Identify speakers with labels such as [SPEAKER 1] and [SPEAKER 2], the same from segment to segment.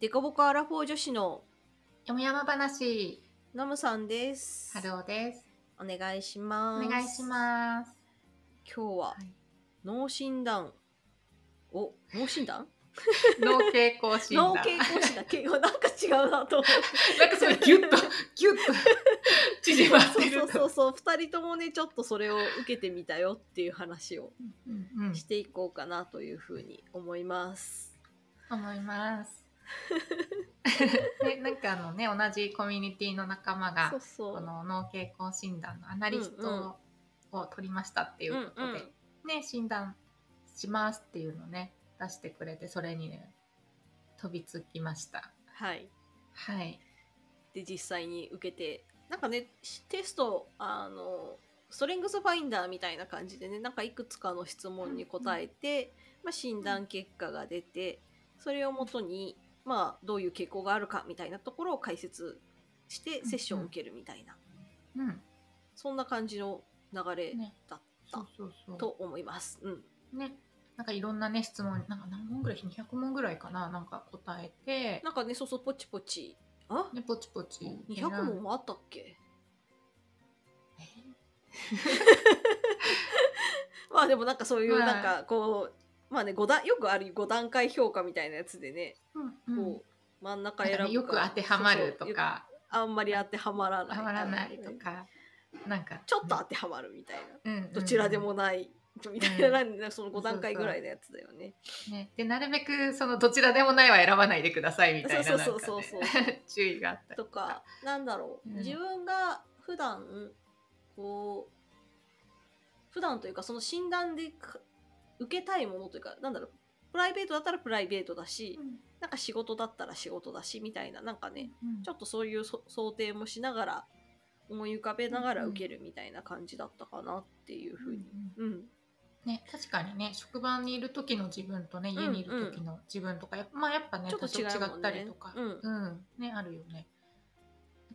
[SPEAKER 1] デコボコアラフォー女子の
[SPEAKER 2] よもやま話、
[SPEAKER 1] ナムさんです。
[SPEAKER 2] ハローです。
[SPEAKER 1] お願いします。
[SPEAKER 2] お願いします。
[SPEAKER 1] 今日は
[SPEAKER 2] はい
[SPEAKER 1] 脳診断を、脳診断
[SPEAKER 2] 脳傾向診断。
[SPEAKER 1] 脳健康診断けなんか違うなと思って。
[SPEAKER 2] なんかそれギュッ と、ギュッと縮まってる
[SPEAKER 1] そうそ
[SPEAKER 2] と。
[SPEAKER 1] うそうそう、2人ともね、ちょっとそれを受けてみたよっていう話を
[SPEAKER 2] うんうん
[SPEAKER 1] していこうかなというふうに思います。
[SPEAKER 2] 思います。でなんかあの ね、同じコミュニティの仲間が
[SPEAKER 1] そう、そ
[SPEAKER 2] こ
[SPEAKER 1] う。
[SPEAKER 2] の脳傾向診断のアナリストを取りましたっていうことで、
[SPEAKER 1] うんうん
[SPEAKER 2] ね、診断しますっていうのね、出してくれて、それにね、飛びつきました。
[SPEAKER 1] はい。
[SPEAKER 2] はい。
[SPEAKER 1] で、実際に受けて、なんかね、しテスト、あの、ストレングスファインダーみたいな感じでね、なんかいくつかの質問に答えて、まあ、診断結果が出て、それをもとに、まあ、どういう傾向があるかみたいなところを解説して、
[SPEAKER 2] うん
[SPEAKER 1] セッションを受けるみたいな、
[SPEAKER 2] うん。
[SPEAKER 1] そんな感じの流れ
[SPEAKER 2] ね
[SPEAKER 1] だっ
[SPEAKER 2] そ
[SPEAKER 1] た
[SPEAKER 2] うそうそう。
[SPEAKER 1] と思います。うん。
[SPEAKER 2] ね、なんかいろんなね質問なんか何問ぐらい200問ぐらいかななんか答えて、
[SPEAKER 1] なんかね、そうそう、ポチポチ。あ
[SPEAKER 2] ね、ポチポチ選ん
[SPEAKER 1] ?200 問もあったっけ
[SPEAKER 2] え
[SPEAKER 1] まあでもなんかそういう、
[SPEAKER 2] はい
[SPEAKER 1] なんかこう、まあね、5段、よくある5段階評価みたいなやつでね、
[SPEAKER 2] うんうん
[SPEAKER 1] こう、真ん中
[SPEAKER 2] なん
[SPEAKER 1] 選
[SPEAKER 2] か
[SPEAKER 1] ぶ
[SPEAKER 2] ね
[SPEAKER 1] か
[SPEAKER 2] よく当てはまると
[SPEAKER 1] そうそうよ
[SPEAKER 2] か
[SPEAKER 1] くあんまり当てはまらな
[SPEAKER 2] 当て
[SPEAKER 1] い。
[SPEAKER 2] はまらないと
[SPEAKER 1] うん。
[SPEAKER 2] かなんか、
[SPEAKER 1] ちょっと当てはまるみたいな。
[SPEAKER 2] うんうんうん
[SPEAKER 1] どちらでもない。みたいな、なんかその5段階ぐらいのやつだよね。
[SPEAKER 2] ねでなるべくそのどちらでもないは選ばないでくださいみたいな
[SPEAKER 1] そう
[SPEAKER 2] なんか
[SPEAKER 1] そう
[SPEAKER 2] ね
[SPEAKER 1] そうそう
[SPEAKER 2] 注意があったり
[SPEAKER 1] とか、なんだろう、
[SPEAKER 2] うん
[SPEAKER 1] 自分が普段こう普段というかその診断でか受けたいものというかなんだろうプライベートだったらプライベートだし、なんか仕事だったら仕事だしみたいななんかね、ちょ
[SPEAKER 2] っ
[SPEAKER 1] っとそういうそ想定もしながら思い浮かべながら受けるみたいな感じだったかなっていうふうに、うん
[SPEAKER 2] ね、確かにね職場にいる時の自分とね家にいる時の自分とか、やっぱまあやっぱね
[SPEAKER 1] ちょっと違う
[SPEAKER 2] 多少
[SPEAKER 1] も
[SPEAKER 2] 違
[SPEAKER 1] んね
[SPEAKER 2] ったりとか、
[SPEAKER 1] うん
[SPEAKER 2] ねあるよね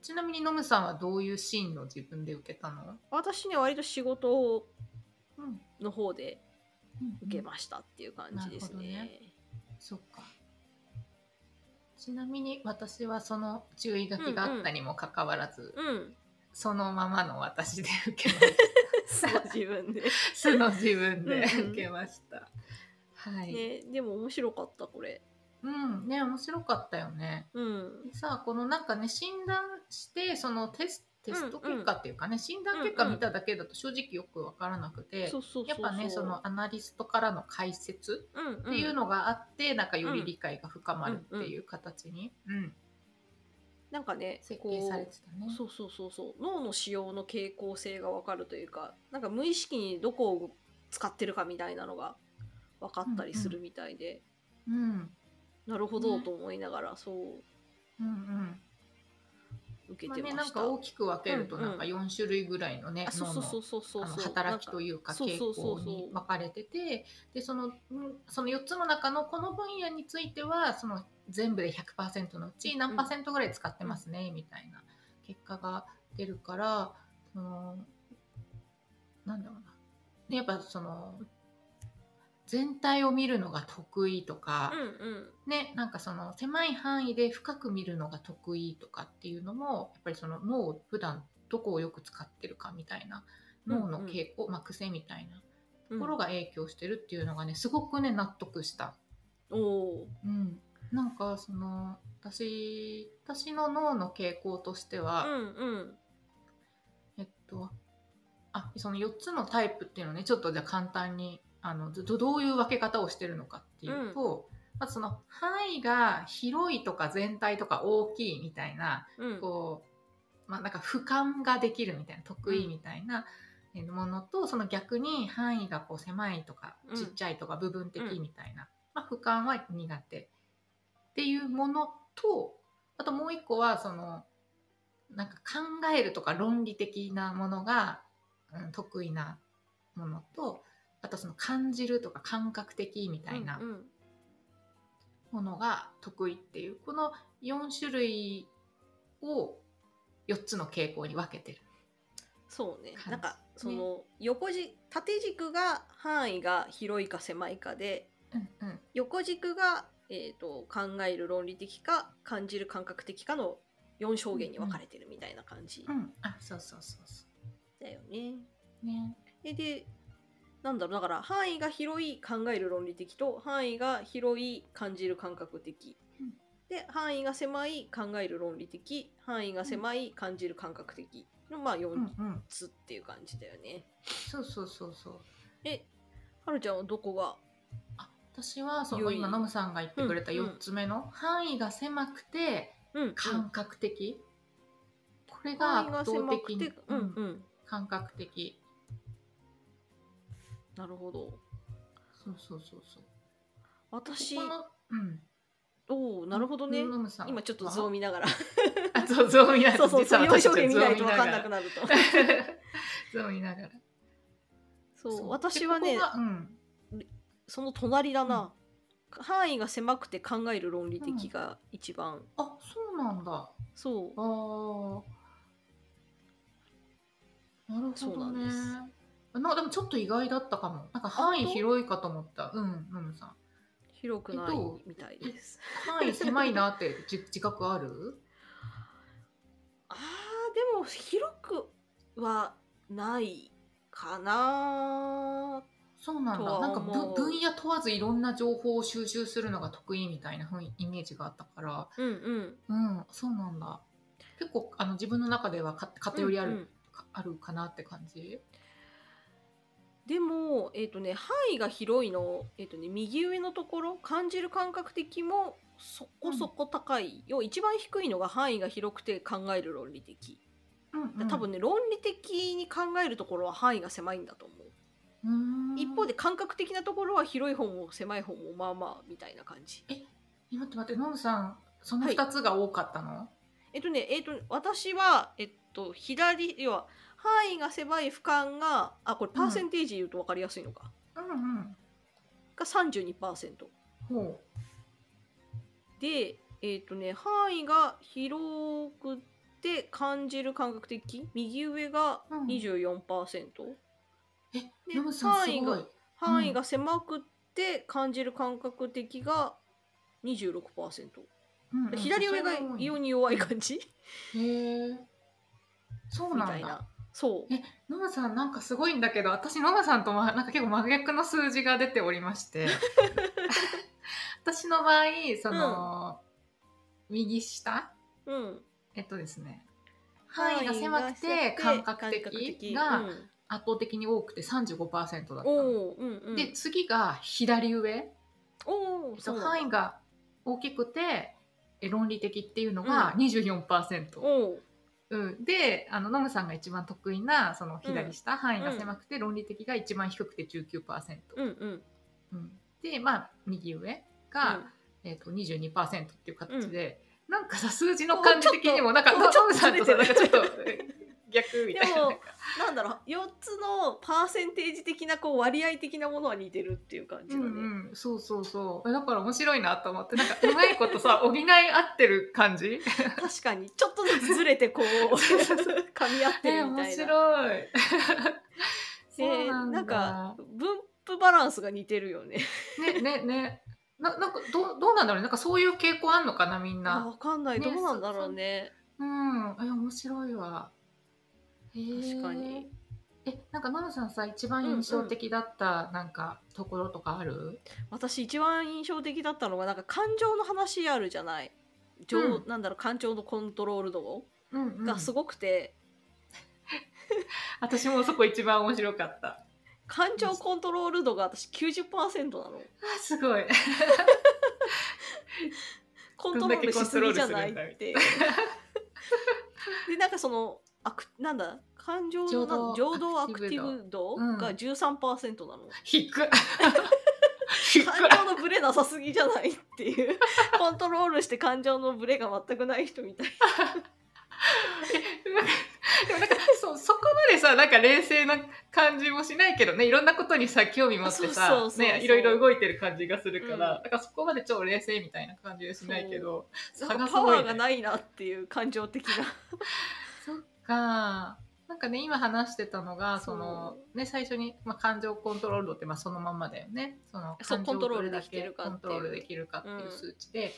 [SPEAKER 2] ちなみにノムさんはどういうシーンの自分で受けたの、
[SPEAKER 1] 私ね割と仕事
[SPEAKER 2] うん、
[SPEAKER 1] の方で受け
[SPEAKER 2] す
[SPEAKER 1] ましたっていう感じですね。
[SPEAKER 2] うんなるほそっかちなみに私はその注意書きがあったにもかかわらず、
[SPEAKER 1] うん、
[SPEAKER 2] そのままの私で受け まし
[SPEAKER 1] その自分で
[SPEAKER 2] た素の自分で
[SPEAKER 1] うんうん
[SPEAKER 2] 受けました、はい、
[SPEAKER 1] ね、でも面白かったこれ。
[SPEAKER 2] うんね面白かったよね
[SPEAKER 1] うん。
[SPEAKER 2] さあこのなんかね診断してそのテステスト結果っていうかね、診断結果見ただけだと正直よく分からなくて、
[SPEAKER 1] そうそうそうそう。
[SPEAKER 2] やっぱねそのアナリストからの解説
[SPEAKER 1] うん
[SPEAKER 2] っていう
[SPEAKER 1] の、
[SPEAKER 2] のがあって、なんかより理解が深まるっていう形に、うん
[SPEAKER 1] なんかね、
[SPEAKER 2] 設
[SPEAKER 1] こ
[SPEAKER 2] 計
[SPEAKER 1] う
[SPEAKER 2] されてたね。
[SPEAKER 1] そうそうそうそう。脳の使用の傾向性がわかるというか、なんか無意識にどこを使ってるかみたいなのが分かったりするみたいで、
[SPEAKER 2] うん
[SPEAKER 1] なるほど
[SPEAKER 2] ね
[SPEAKER 1] と思いながらそう
[SPEAKER 2] うんうん
[SPEAKER 1] 受け
[SPEAKER 2] まあ
[SPEAKER 1] て
[SPEAKER 2] ね、
[SPEAKER 1] ま
[SPEAKER 2] な
[SPEAKER 1] し
[SPEAKER 2] ん
[SPEAKER 1] た。
[SPEAKER 2] か大きく分けると
[SPEAKER 1] うんうん
[SPEAKER 2] なんか4種類ぐらいのね、
[SPEAKER 1] あ、そう
[SPEAKER 2] 脳
[SPEAKER 1] そ
[SPEAKER 2] の
[SPEAKER 1] うそうそうそう
[SPEAKER 2] あの
[SPEAKER 1] そう。
[SPEAKER 2] 働きと
[SPEAKER 1] いう
[SPEAKER 2] いうか
[SPEAKER 1] そう
[SPEAKER 2] 傾
[SPEAKER 1] そうそう
[SPEAKER 2] 向
[SPEAKER 1] そう
[SPEAKER 2] に分かれててでそのうんその4つの中のこの分野についてはその全部で100%のうち何パーセントぐらい使ってますね、みたいな結果が出るからそのなんだろうなでやっぱその全体を見るのが得意とか、
[SPEAKER 1] うんうん。
[SPEAKER 2] ね、なんかその狭い範囲で深く見るのが得意とかっていうのもやっぱりその脳を普段どこをよく使ってるかみたいな脳の傾向、まあ、癖みたいなところが影響してるっていうのがねすごくね納得した、
[SPEAKER 1] うん、おー
[SPEAKER 2] うん、なんかその私私の脳の傾向としては、
[SPEAKER 1] うんうん。
[SPEAKER 2] えっと、あその4つのタイプっていうのをねちょっとじゃあ簡単にあのどどういう分け方をしてるのかっていうと、まずその範囲が広いとか全体とか大きいみたいな
[SPEAKER 1] うん。
[SPEAKER 2] こう、まあ、なんか俯瞰ができるみたいな得意みたいなえーものと、その逆に範囲がこう狭いとか
[SPEAKER 1] うん
[SPEAKER 2] ちっちゃいとか部分的
[SPEAKER 1] うん
[SPEAKER 2] みたいな、まあ、俯瞰は苦手っていうものとあともう一個はそのなんか考えるとか論理的なものが、うん、得意なものとあとその感じるとか感覚的みたいな
[SPEAKER 1] うんうん
[SPEAKER 2] ものが得意っていうこの4種類を4つの傾向に分けてる。
[SPEAKER 1] そうね
[SPEAKER 2] 感じ
[SPEAKER 1] なんかその横じ縦軸が範囲が広いか狭いかで
[SPEAKER 2] うんうん
[SPEAKER 1] 横軸がえー、と考える論理的か感じる感覚的かの4証言に分かれてるみたいな感じ
[SPEAKER 2] うん、あそうそうそうそ
[SPEAKER 1] だよね。
[SPEAKER 2] うね
[SPEAKER 1] えでなんだろうだから範囲が広い考える論理的と範囲が広い感じる感覚的、
[SPEAKER 2] うん
[SPEAKER 1] で範囲が狭い考える論理的範囲が狭い感じる感覚的の、まあ
[SPEAKER 2] うんう
[SPEAKER 1] 4
[SPEAKER 2] ん
[SPEAKER 1] つっていう感じだよね。
[SPEAKER 2] そうそうそうそう
[SPEAKER 1] えはるちゃんはどこが
[SPEAKER 2] あ私はそ
[SPEAKER 1] 良
[SPEAKER 2] の
[SPEAKER 1] い
[SPEAKER 2] 今ノムさんが言ってくれた
[SPEAKER 1] うんうん
[SPEAKER 2] 4つ目の、範囲が狭くて
[SPEAKER 1] うん
[SPEAKER 2] 感覚的、これ
[SPEAKER 1] うん
[SPEAKER 2] が
[SPEAKER 1] 範囲
[SPEAKER 2] 圧
[SPEAKER 1] が
[SPEAKER 2] 倒
[SPEAKER 1] 狭
[SPEAKER 2] 的
[SPEAKER 1] く
[SPEAKER 2] に
[SPEAKER 1] て、うん
[SPEAKER 2] うん
[SPEAKER 1] うん、
[SPEAKER 2] 感覚的
[SPEAKER 1] なるほど
[SPEAKER 2] そうそうそうそう
[SPEAKER 1] 私
[SPEAKER 2] ここのうん
[SPEAKER 1] おおなるほどね、
[SPEAKER 2] ノムさん
[SPEAKER 1] 今ちょっと図を
[SPEAKER 2] 見
[SPEAKER 1] 見 ながら
[SPEAKER 2] あそう図を見なが
[SPEAKER 1] そ
[SPEAKER 2] ら
[SPEAKER 1] うそう
[SPEAKER 2] 実は
[SPEAKER 1] 4
[SPEAKER 2] 私た
[SPEAKER 1] 証
[SPEAKER 2] ち
[SPEAKER 1] 言見ないと分
[SPEAKER 2] 図を
[SPEAKER 1] かん
[SPEAKER 2] 見
[SPEAKER 1] なく なると
[SPEAKER 2] がら図を見ながら
[SPEAKER 1] そう
[SPEAKER 2] そう
[SPEAKER 1] 私はね
[SPEAKER 2] でここがうん
[SPEAKER 1] その隣だな、範囲が狭くて考える論理的が一番、
[SPEAKER 2] あそうなんだ
[SPEAKER 1] そ
[SPEAKER 2] あーなる
[SPEAKER 1] そ
[SPEAKER 2] ほ
[SPEAKER 1] うな
[SPEAKER 2] ど
[SPEAKER 1] ん
[SPEAKER 2] ね
[SPEAKER 1] です
[SPEAKER 2] なんかでもちょっと意外だったかもなんか範囲広いかと思ったうんノムさん
[SPEAKER 1] う広くないみたいです、
[SPEAKER 2] 範囲狭いなって じ自覚ある
[SPEAKER 1] あーでも広くはないかな
[SPEAKER 2] そうなん
[SPEAKER 1] とは
[SPEAKER 2] だなんか
[SPEAKER 1] 思う
[SPEAKER 2] ぶ分野問わずいろんな情報を収集するのが得意みたいなふうイメージがあったから
[SPEAKER 1] うんうん
[SPEAKER 2] うんそうなんだ結構あの自分の中ではか偏りある,、
[SPEAKER 1] うんうん
[SPEAKER 2] かあるかなって感じ
[SPEAKER 1] でも、えっとね、範囲が広いの、えっとね、右上のところ感じる感覚的もそこそこ高い、よ一番低いのが範囲が広くて考える論理的、
[SPEAKER 2] うん、
[SPEAKER 1] で多分ね論理的に考えるところは範囲が狭いんだと思う
[SPEAKER 2] うーん
[SPEAKER 1] 一方で感覚的なところは広い方も狭い方もまあまあみたいな感じ
[SPEAKER 2] え待って待ってノムさんその
[SPEAKER 1] はい
[SPEAKER 2] 2つが多かったの、
[SPEAKER 1] えっとねえっと私はえっと左要は範囲が狭い俯瞰があこれパーセンテージ言うと分かりやすいのか、
[SPEAKER 2] うんうん
[SPEAKER 1] が32%
[SPEAKER 2] ほ
[SPEAKER 1] でえっとね範囲が広くて感じる感覚的右上が
[SPEAKER 2] うん
[SPEAKER 1] 24%、
[SPEAKER 2] うえ
[SPEAKER 1] で
[SPEAKER 2] ノムさんす
[SPEAKER 1] 範囲
[SPEAKER 2] ごい
[SPEAKER 1] が範囲が狭くて感じる感覚的が26%、
[SPEAKER 2] うんうん
[SPEAKER 1] 左上が
[SPEAKER 2] それは多い
[SPEAKER 1] 異様に弱い感じ、
[SPEAKER 2] へえそう
[SPEAKER 1] み
[SPEAKER 2] な
[SPEAKER 1] た
[SPEAKER 2] ん
[SPEAKER 1] い
[SPEAKER 2] だ
[SPEAKER 1] なそう
[SPEAKER 2] ノムさんなんかすごいんだけど私ノムさんとまなんか結構真逆の数字が出ておりまして 私の場合その、右下
[SPEAKER 1] うん、
[SPEAKER 2] えっとですね範囲が狭くて感覚的
[SPEAKER 1] う
[SPEAKER 2] が
[SPEAKER 1] ん
[SPEAKER 2] 圧倒的に多くて35%だったの、
[SPEAKER 1] おーうんうん、
[SPEAKER 2] で次が左上
[SPEAKER 1] おーそ
[SPEAKER 2] そ
[SPEAKER 1] うう
[SPEAKER 2] 範囲
[SPEAKER 1] が
[SPEAKER 2] が大きくてえ論理的っていうのが24%、
[SPEAKER 1] おー
[SPEAKER 2] うんであのノムさんが一番得意なその左下、範囲が
[SPEAKER 1] うん
[SPEAKER 2] 狭くて論理的が一番低くて19%、
[SPEAKER 1] うんうん
[SPEAKER 2] うん、でまあ右上が、えー、と22%っていう形で、なんかさ数字の感じ的にもなんか
[SPEAKER 1] こ
[SPEAKER 2] ノ
[SPEAKER 1] うちょっと
[SPEAKER 2] ムさんとさ
[SPEAKER 1] こ
[SPEAKER 2] な
[SPEAKER 1] うんちょ
[SPEAKER 2] か
[SPEAKER 1] っと
[SPEAKER 2] ちょ
[SPEAKER 1] ずれ
[SPEAKER 2] ってと
[SPEAKER 1] る
[SPEAKER 2] 逆みたい
[SPEAKER 1] でも
[SPEAKER 2] ななんか
[SPEAKER 1] なんだろう4つのパーセンテージ的なこう割合的なものは似てるっていう感じ
[SPEAKER 2] う
[SPEAKER 1] だね、
[SPEAKER 2] んうん、そうそうそうだから面白いなと思ってなんかうまいことさ補い合ってる感じ
[SPEAKER 1] 確かにちょっとずつずれてこ う
[SPEAKER 2] そうそうそ
[SPEAKER 1] 噛み合って
[SPEAKER 2] え
[SPEAKER 1] るみた
[SPEAKER 2] 面
[SPEAKER 1] いな。
[SPEAKER 2] 白い
[SPEAKER 1] でなんか分布バランスが似てるよね。
[SPEAKER 2] ねねねななんかどうどうなんだろうなんかそういう傾向あんのかなみん
[SPEAKER 1] あ
[SPEAKER 2] な
[SPEAKER 1] わかんない、
[SPEAKER 2] ね
[SPEAKER 1] どうなんだろうね。
[SPEAKER 2] うんえ面白いわへー
[SPEAKER 1] 確かに
[SPEAKER 2] えなんかののさんさ一番印象的だったなんかところとかある
[SPEAKER 1] 私一番印象的だったのがなんか感情の話あるじゃない。情
[SPEAKER 2] うん
[SPEAKER 1] なんだろう感情のコントロール度
[SPEAKER 2] うん、うん
[SPEAKER 1] がすごくて。
[SPEAKER 2] 私もそこ一番面白かった
[SPEAKER 1] 感情コントロール度が私90%なの
[SPEAKER 2] あすご い
[SPEAKER 1] コントロールしすぎじゃない ってでなんかそのアクなんだ感情
[SPEAKER 2] 情
[SPEAKER 1] の
[SPEAKER 2] 動
[SPEAKER 1] 情動アクティブ度
[SPEAKER 2] うん
[SPEAKER 1] が13%なの、
[SPEAKER 2] 低 っ低っ
[SPEAKER 1] 感情のブレなさすぎじゃないっていう コントロールして感情のブレが全くない人みたい
[SPEAKER 2] でもなんかそそこまでさなんか冷静な感じもしないけどねいろんなことにさ興味持って
[SPEAKER 1] そ
[SPEAKER 2] さ
[SPEAKER 1] うそうそうそう
[SPEAKER 2] ね、いろいろ動いてる感じがするから、
[SPEAKER 1] うん
[SPEAKER 2] だからそこまで超冷静みたいな感じはしないけど
[SPEAKER 1] な
[SPEAKER 2] 差
[SPEAKER 1] なん
[SPEAKER 2] が
[SPEAKER 1] か
[SPEAKER 2] す
[SPEAKER 1] パ
[SPEAKER 2] ご
[SPEAKER 1] ワ
[SPEAKER 2] い
[SPEAKER 1] ーが
[SPEAKER 2] ね
[SPEAKER 1] ないなっていう感情的な
[SPEAKER 2] そっかなんかね今話してたのが
[SPEAKER 1] そ
[SPEAKER 2] そうの、ね、最初に、まあ、感情コントロール度って、まあ、そのまんまだよねその
[SPEAKER 1] そう
[SPEAKER 2] 感情
[SPEAKER 1] コ
[SPEAKER 2] を
[SPEAKER 1] ントロール
[SPEAKER 2] どれ
[SPEAKER 1] で
[SPEAKER 2] だ
[SPEAKER 1] き
[SPEAKER 2] け
[SPEAKER 1] てるかっていう
[SPEAKER 2] コントロールできるかっていううん数値で、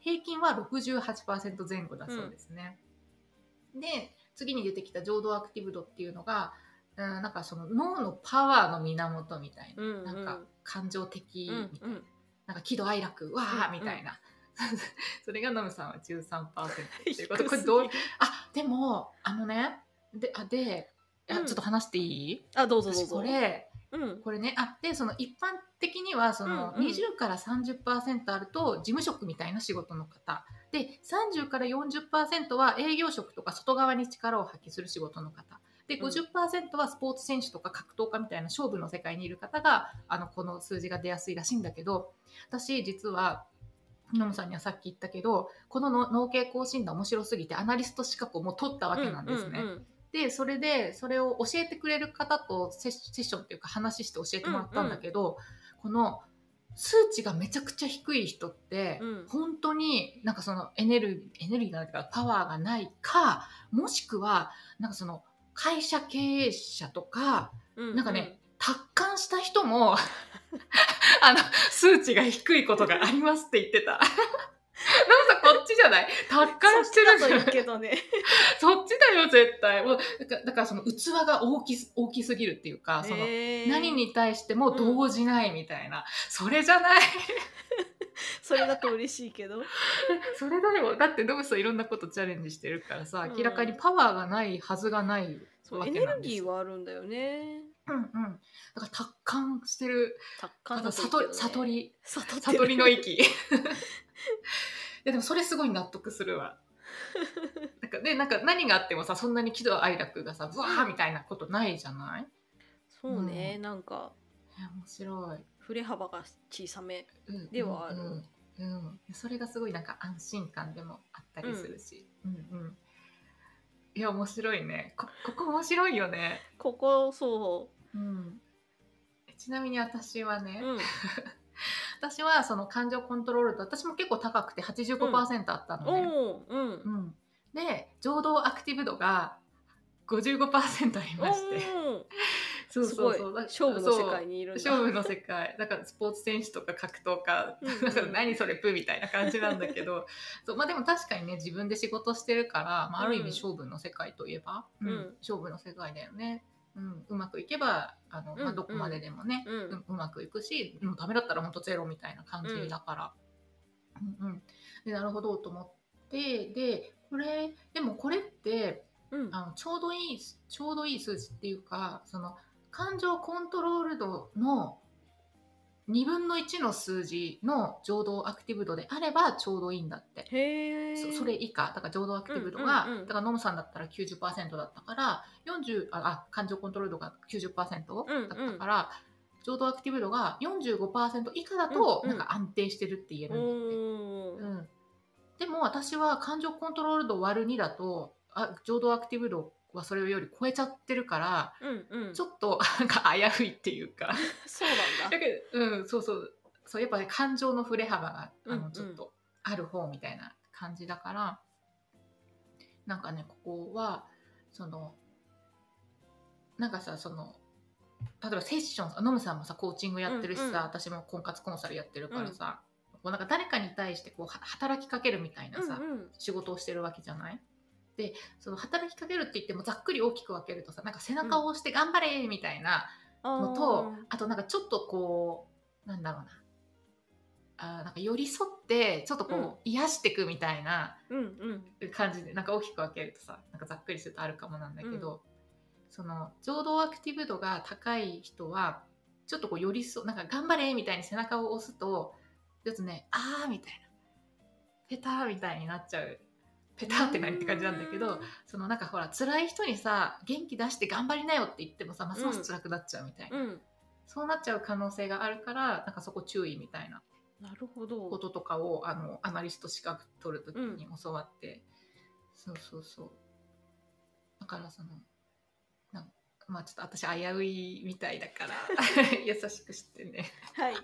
[SPEAKER 2] 平均は68%前後だそうですね。で次に出てきた情動アクティブ度っていうのが、うん、なんかその脳のパワーの源みたいな、
[SPEAKER 1] うんうん
[SPEAKER 2] なんか感情的み
[SPEAKER 1] う
[SPEAKER 2] たいな。
[SPEAKER 1] んうん
[SPEAKER 2] なんか喜怒哀楽、わ
[SPEAKER 1] う
[SPEAKER 2] ー
[SPEAKER 1] んうん
[SPEAKER 2] みたいな。 それがナムさんは13%っていうこ
[SPEAKER 1] 低すぎ
[SPEAKER 2] と。
[SPEAKER 1] る
[SPEAKER 2] これどうあでも、あのね、で、あで、あ
[SPEAKER 1] うん
[SPEAKER 2] ちょっと話していい
[SPEAKER 1] あどうぞどう
[SPEAKER 2] 私
[SPEAKER 1] ぞ
[SPEAKER 2] これ、
[SPEAKER 1] うん
[SPEAKER 2] これね、あで、その一般的には、その
[SPEAKER 1] うんうん
[SPEAKER 2] 20から30%あると、事務職みたいな仕事の方。で、30から40%は営業職とか外側に力を発揮する仕事の方。で、
[SPEAKER 1] うん
[SPEAKER 2] 50%はスポーツ選手とか格闘家みたいな勝負の世界にいる方が、あの、この数字が出やすいらしいんだけど、私、実は、野本さんにはさっき言ったけど、このの脳系更新が面白すぎて、アナリスト資格をもう取ったわけなんですね。
[SPEAKER 1] うんうん
[SPEAKER 2] でそれでそれを教えてくれる方とセッセッションっていうか話して教えてもらったんだけど、この数値がめちゃくちゃ低い人って、
[SPEAKER 1] うん
[SPEAKER 2] 本当になんかそのエネルギーエネルギーがないというかパワーがないかもしくはなんかその会社経営者とか
[SPEAKER 1] うんう
[SPEAKER 2] なんかね達観した人も あの数値が低いことがありますって言ってた。なんか こっちじゃない達観してる
[SPEAKER 1] そっちだといい
[SPEAKER 2] じゃん
[SPEAKER 1] けどね
[SPEAKER 2] そっちだよ、絶対。もうだから、だからその器が大きす、大きすぎるっていうか、 その、
[SPEAKER 1] へー
[SPEAKER 2] 何に対しても動じないみたいな。それじゃない。
[SPEAKER 1] それだと嬉しいけど
[SPEAKER 2] それだよ。だって、ドムさんいろんなことチャレンジしてるからさ、明らかにパワーがないはずがない
[SPEAKER 1] そう
[SPEAKER 2] わ
[SPEAKER 1] エ
[SPEAKER 2] け
[SPEAKER 1] ネ
[SPEAKER 2] な
[SPEAKER 1] ル
[SPEAKER 2] んです
[SPEAKER 1] ギー
[SPEAKER 2] よ。
[SPEAKER 1] はあるんだよね
[SPEAKER 2] うんうん。だから達観してる。
[SPEAKER 1] 達
[SPEAKER 2] あ
[SPEAKER 1] 観だ
[SPEAKER 2] と
[SPEAKER 1] といいけど
[SPEAKER 2] 悟
[SPEAKER 1] ね
[SPEAKER 2] り、悟
[SPEAKER 1] 悟っ
[SPEAKER 2] り、
[SPEAKER 1] てる
[SPEAKER 2] 悟りの域。いやでもそれすごい納得する わ。なんかね、なんか何があってもさ、そんなに喜怒哀楽がさ、ブワーみたいなことないじゃない
[SPEAKER 1] そうね、なんか
[SPEAKER 2] いや面白い、
[SPEAKER 1] 振れ幅が小さめ
[SPEAKER 2] うん
[SPEAKER 1] ではある
[SPEAKER 2] うんうんうんそれがすごいなんか安心感でもあったりするし、うんうんいや面白いねこここ面白いよね、
[SPEAKER 1] ここそ
[SPEAKER 2] うん、ちなみに私はね、
[SPEAKER 1] ううん
[SPEAKER 2] 私はその感情コントロールと私も結構高くて85%あったのね、
[SPEAKER 1] おーうん
[SPEAKER 2] うんで情動アクティブ度が55%ありまして
[SPEAKER 1] おー
[SPEAKER 2] そう
[SPEAKER 1] すご
[SPEAKER 2] そう
[SPEAKER 1] い
[SPEAKER 2] そ
[SPEAKER 1] 勝
[SPEAKER 2] う
[SPEAKER 1] 負の世界にいるんだ
[SPEAKER 2] 勝負の世界だからスポーツ選手とか格闘家
[SPEAKER 1] うんうん
[SPEAKER 2] なんか何それプーみたいな感じなんだけど そう、まあ、でも確かにね自分で仕事してるから、まあ、ある意
[SPEAKER 1] うん
[SPEAKER 2] 味勝負の世界といえば、
[SPEAKER 1] うん
[SPEAKER 2] 勝負の世界だよね、うん、うまくいけばあの、
[SPEAKER 1] うん
[SPEAKER 2] ま
[SPEAKER 1] う
[SPEAKER 2] あ、
[SPEAKER 1] ん
[SPEAKER 2] どこまででもね、
[SPEAKER 1] うん
[SPEAKER 2] うんうまくいくしもうダメだったらほんとゼロみたいな感じだから、うんうんでなるほどと思ってでこれでもこれって
[SPEAKER 1] うん
[SPEAKER 2] あのちょうどいいちょうどいい数字っていうかその感情コントロール度の2分の1の数字の情動アクティブ度であればちょうどいいんだって。
[SPEAKER 1] へえ
[SPEAKER 2] そそれ以下だから情動アクティブ度
[SPEAKER 1] う
[SPEAKER 2] が、
[SPEAKER 1] んうんうん
[SPEAKER 2] だからノムさんだったら90%だったから40ああ感情コントロール度が90%だったから、情動アクティブ度が45%以下だと、
[SPEAKER 1] うんうん
[SPEAKER 2] なんか安定してるって言え
[SPEAKER 1] お
[SPEAKER 2] るんだって。
[SPEAKER 1] ー
[SPEAKER 2] うん、でも私は感情コントロール度割る2だとあ情動アクティブ度はそれより超えちゃってるから、
[SPEAKER 1] うんうん
[SPEAKER 2] ちょっとなんか危ういっていうか
[SPEAKER 1] そうなんだ
[SPEAKER 2] だけど、うん、そうそうそうやっぱり感情の振れ幅があ
[SPEAKER 1] うんう
[SPEAKER 2] の
[SPEAKER 1] ん
[SPEAKER 2] ちょっとある方みたいな感じだから、なんかねここはそのなんかさその例えばセッションノムさんもさコーチングやってるしさ、
[SPEAKER 1] うんうん
[SPEAKER 2] 私も婚活コンサルやってるからさ、こうなんか誰かに対してこうは働きかけるみたいなさ、
[SPEAKER 1] うんうん
[SPEAKER 2] 仕事をしてるわけじゃないでその働きかけるって言ってもざっくり大きく分けるとさなんか背中を押して頑張れみたいなのと、
[SPEAKER 1] あー
[SPEAKER 2] あとなんかちょっとこうなんだろうなあーなんか寄り添ってちょっとこう、
[SPEAKER 1] うん
[SPEAKER 2] 癒していくみたいな
[SPEAKER 1] うんうん
[SPEAKER 2] 感じでなんか大きく分けるとさなんかざっくりするとあるかもなんだけど、その情動アクティブ度が高い人はちょっとこう寄り添うなんか頑張れみたいに背中を押すとちょっとねあーみたいなペターみたいになっちゃうペターって何って感じなんだけどそのなんかほら辛い人にさ元気出して頑張りなよって言ってもさますます辛くなっちゃうみたいな、
[SPEAKER 1] うんうん
[SPEAKER 2] そうなっちゃう可能性があるからなんかそこ注意みたいな
[SPEAKER 1] なるほ
[SPEAKER 2] こ
[SPEAKER 1] ど
[SPEAKER 2] ととかをあのアナリスト資格取るときに教わって、そうそうそうだからそのなんまあちょっと私危ういみたいだから 優しくしてね
[SPEAKER 1] はい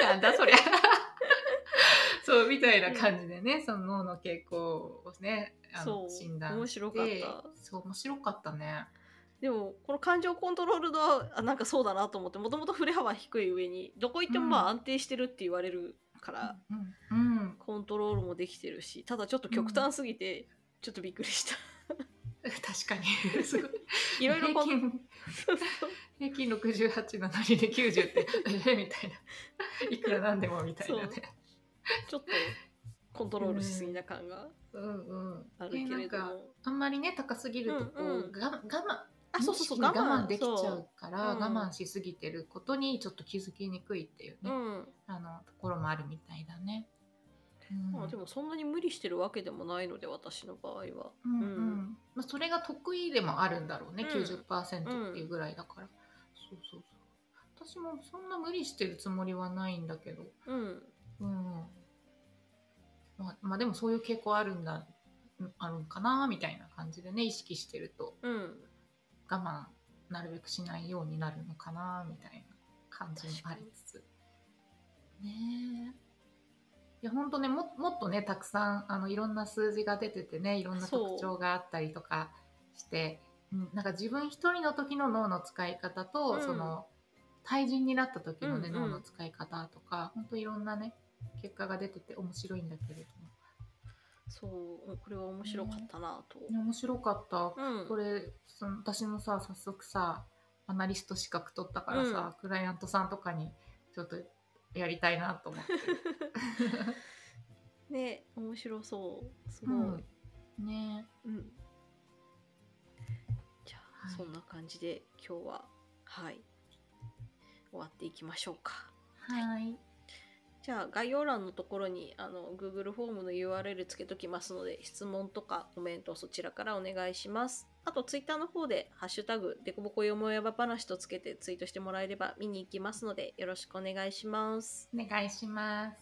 [SPEAKER 2] なんだそりゃ そうみたいな感じでねその脳の傾向をねあ
[SPEAKER 1] そ
[SPEAKER 2] の
[SPEAKER 1] う
[SPEAKER 2] 診断
[SPEAKER 1] 面白かった
[SPEAKER 2] そう面白かったね
[SPEAKER 1] でもこの感情コントロールドはあなんかそうだなと思ってもともと振れ幅低い上にどこ行ってもま
[SPEAKER 2] うん
[SPEAKER 1] あ安定してるって言われるから、
[SPEAKER 2] うん、うん、
[SPEAKER 1] コントロールもできてるしただちょっと極端すぎて、ちょっとびっくりした
[SPEAKER 2] 確かにすごい
[SPEAKER 1] いろいろ
[SPEAKER 2] 平
[SPEAKER 1] こん
[SPEAKER 2] 均平均68なのにで90って ええみたいないくらなんでもみたいなね
[SPEAKER 1] ちょっとコントロールしすぎな感が
[SPEAKER 2] うんうん
[SPEAKER 1] あるけ
[SPEAKER 2] な
[SPEAKER 1] れ
[SPEAKER 2] ん
[SPEAKER 1] ども、
[SPEAKER 2] かあんまりね高すぎるとこう、
[SPEAKER 1] うんうん
[SPEAKER 2] が我慢
[SPEAKER 1] あそうそうそう
[SPEAKER 2] 無意識に我慢できちゃうから、
[SPEAKER 1] そううん
[SPEAKER 2] 我慢しすぎてることにちょっと気づきにくいっていう
[SPEAKER 1] う
[SPEAKER 2] ね、
[SPEAKER 1] ん
[SPEAKER 2] あのところもあるみたいだね。うん
[SPEAKER 1] まあでもそんなに無理してるわけでもないので私の場合は、
[SPEAKER 2] うんう
[SPEAKER 1] うん
[SPEAKER 2] んまあ、それが得意でもあるんだろうね、
[SPEAKER 1] うん
[SPEAKER 2] 90%っていうぐらいだから、そうそうそう私もそんな無理してるつもりはないんだけど、
[SPEAKER 1] うん、
[SPEAKER 2] うんまあ、まあでもそういう傾向あるんだうんあるんかなみたいな感じでね意識してると
[SPEAKER 1] うん、
[SPEAKER 2] 我慢なるべくしないようになるのかなみたいな感じもありつつねえいや本当ねももっとねたくさんあのいろんな数字が出ててねいろんな
[SPEAKER 1] そう
[SPEAKER 2] 特徴があったりとかしてうんなんか自分一人の時の脳の使い方と、
[SPEAKER 1] うん
[SPEAKER 2] その対人になった時のね、
[SPEAKER 1] うんうん
[SPEAKER 2] 脳の使い方とか本当いろんなね結果が出てて面白いんだけれども
[SPEAKER 1] そうこれは面白かったなと、
[SPEAKER 2] いや面白かった
[SPEAKER 1] うん
[SPEAKER 2] これその私もさ早速さアナリスト資格取ったからさ、クライアントさんとかにちょっとやりたいなと思って、
[SPEAKER 1] ね面白そうす
[SPEAKER 2] う
[SPEAKER 1] ごい、
[SPEAKER 2] ん、ね
[SPEAKER 1] うんじゃあ、
[SPEAKER 2] はい
[SPEAKER 1] そんな感じで今日ははい終わっていきましょうか
[SPEAKER 2] はい
[SPEAKER 1] じゃあ概要欄のところにあの Google フォームの URL つけときますので質問とかコメントそちらからお願いしますあと Twitter の方で「ハッシュタグでこぼこよもやば話」とつけてツイートしてもらえれば見に行きますのでよろしくお願いします
[SPEAKER 2] お願いします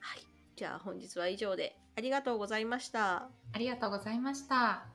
[SPEAKER 1] はいじゃあ本日は以上でありがとうございました
[SPEAKER 2] ありがとうございました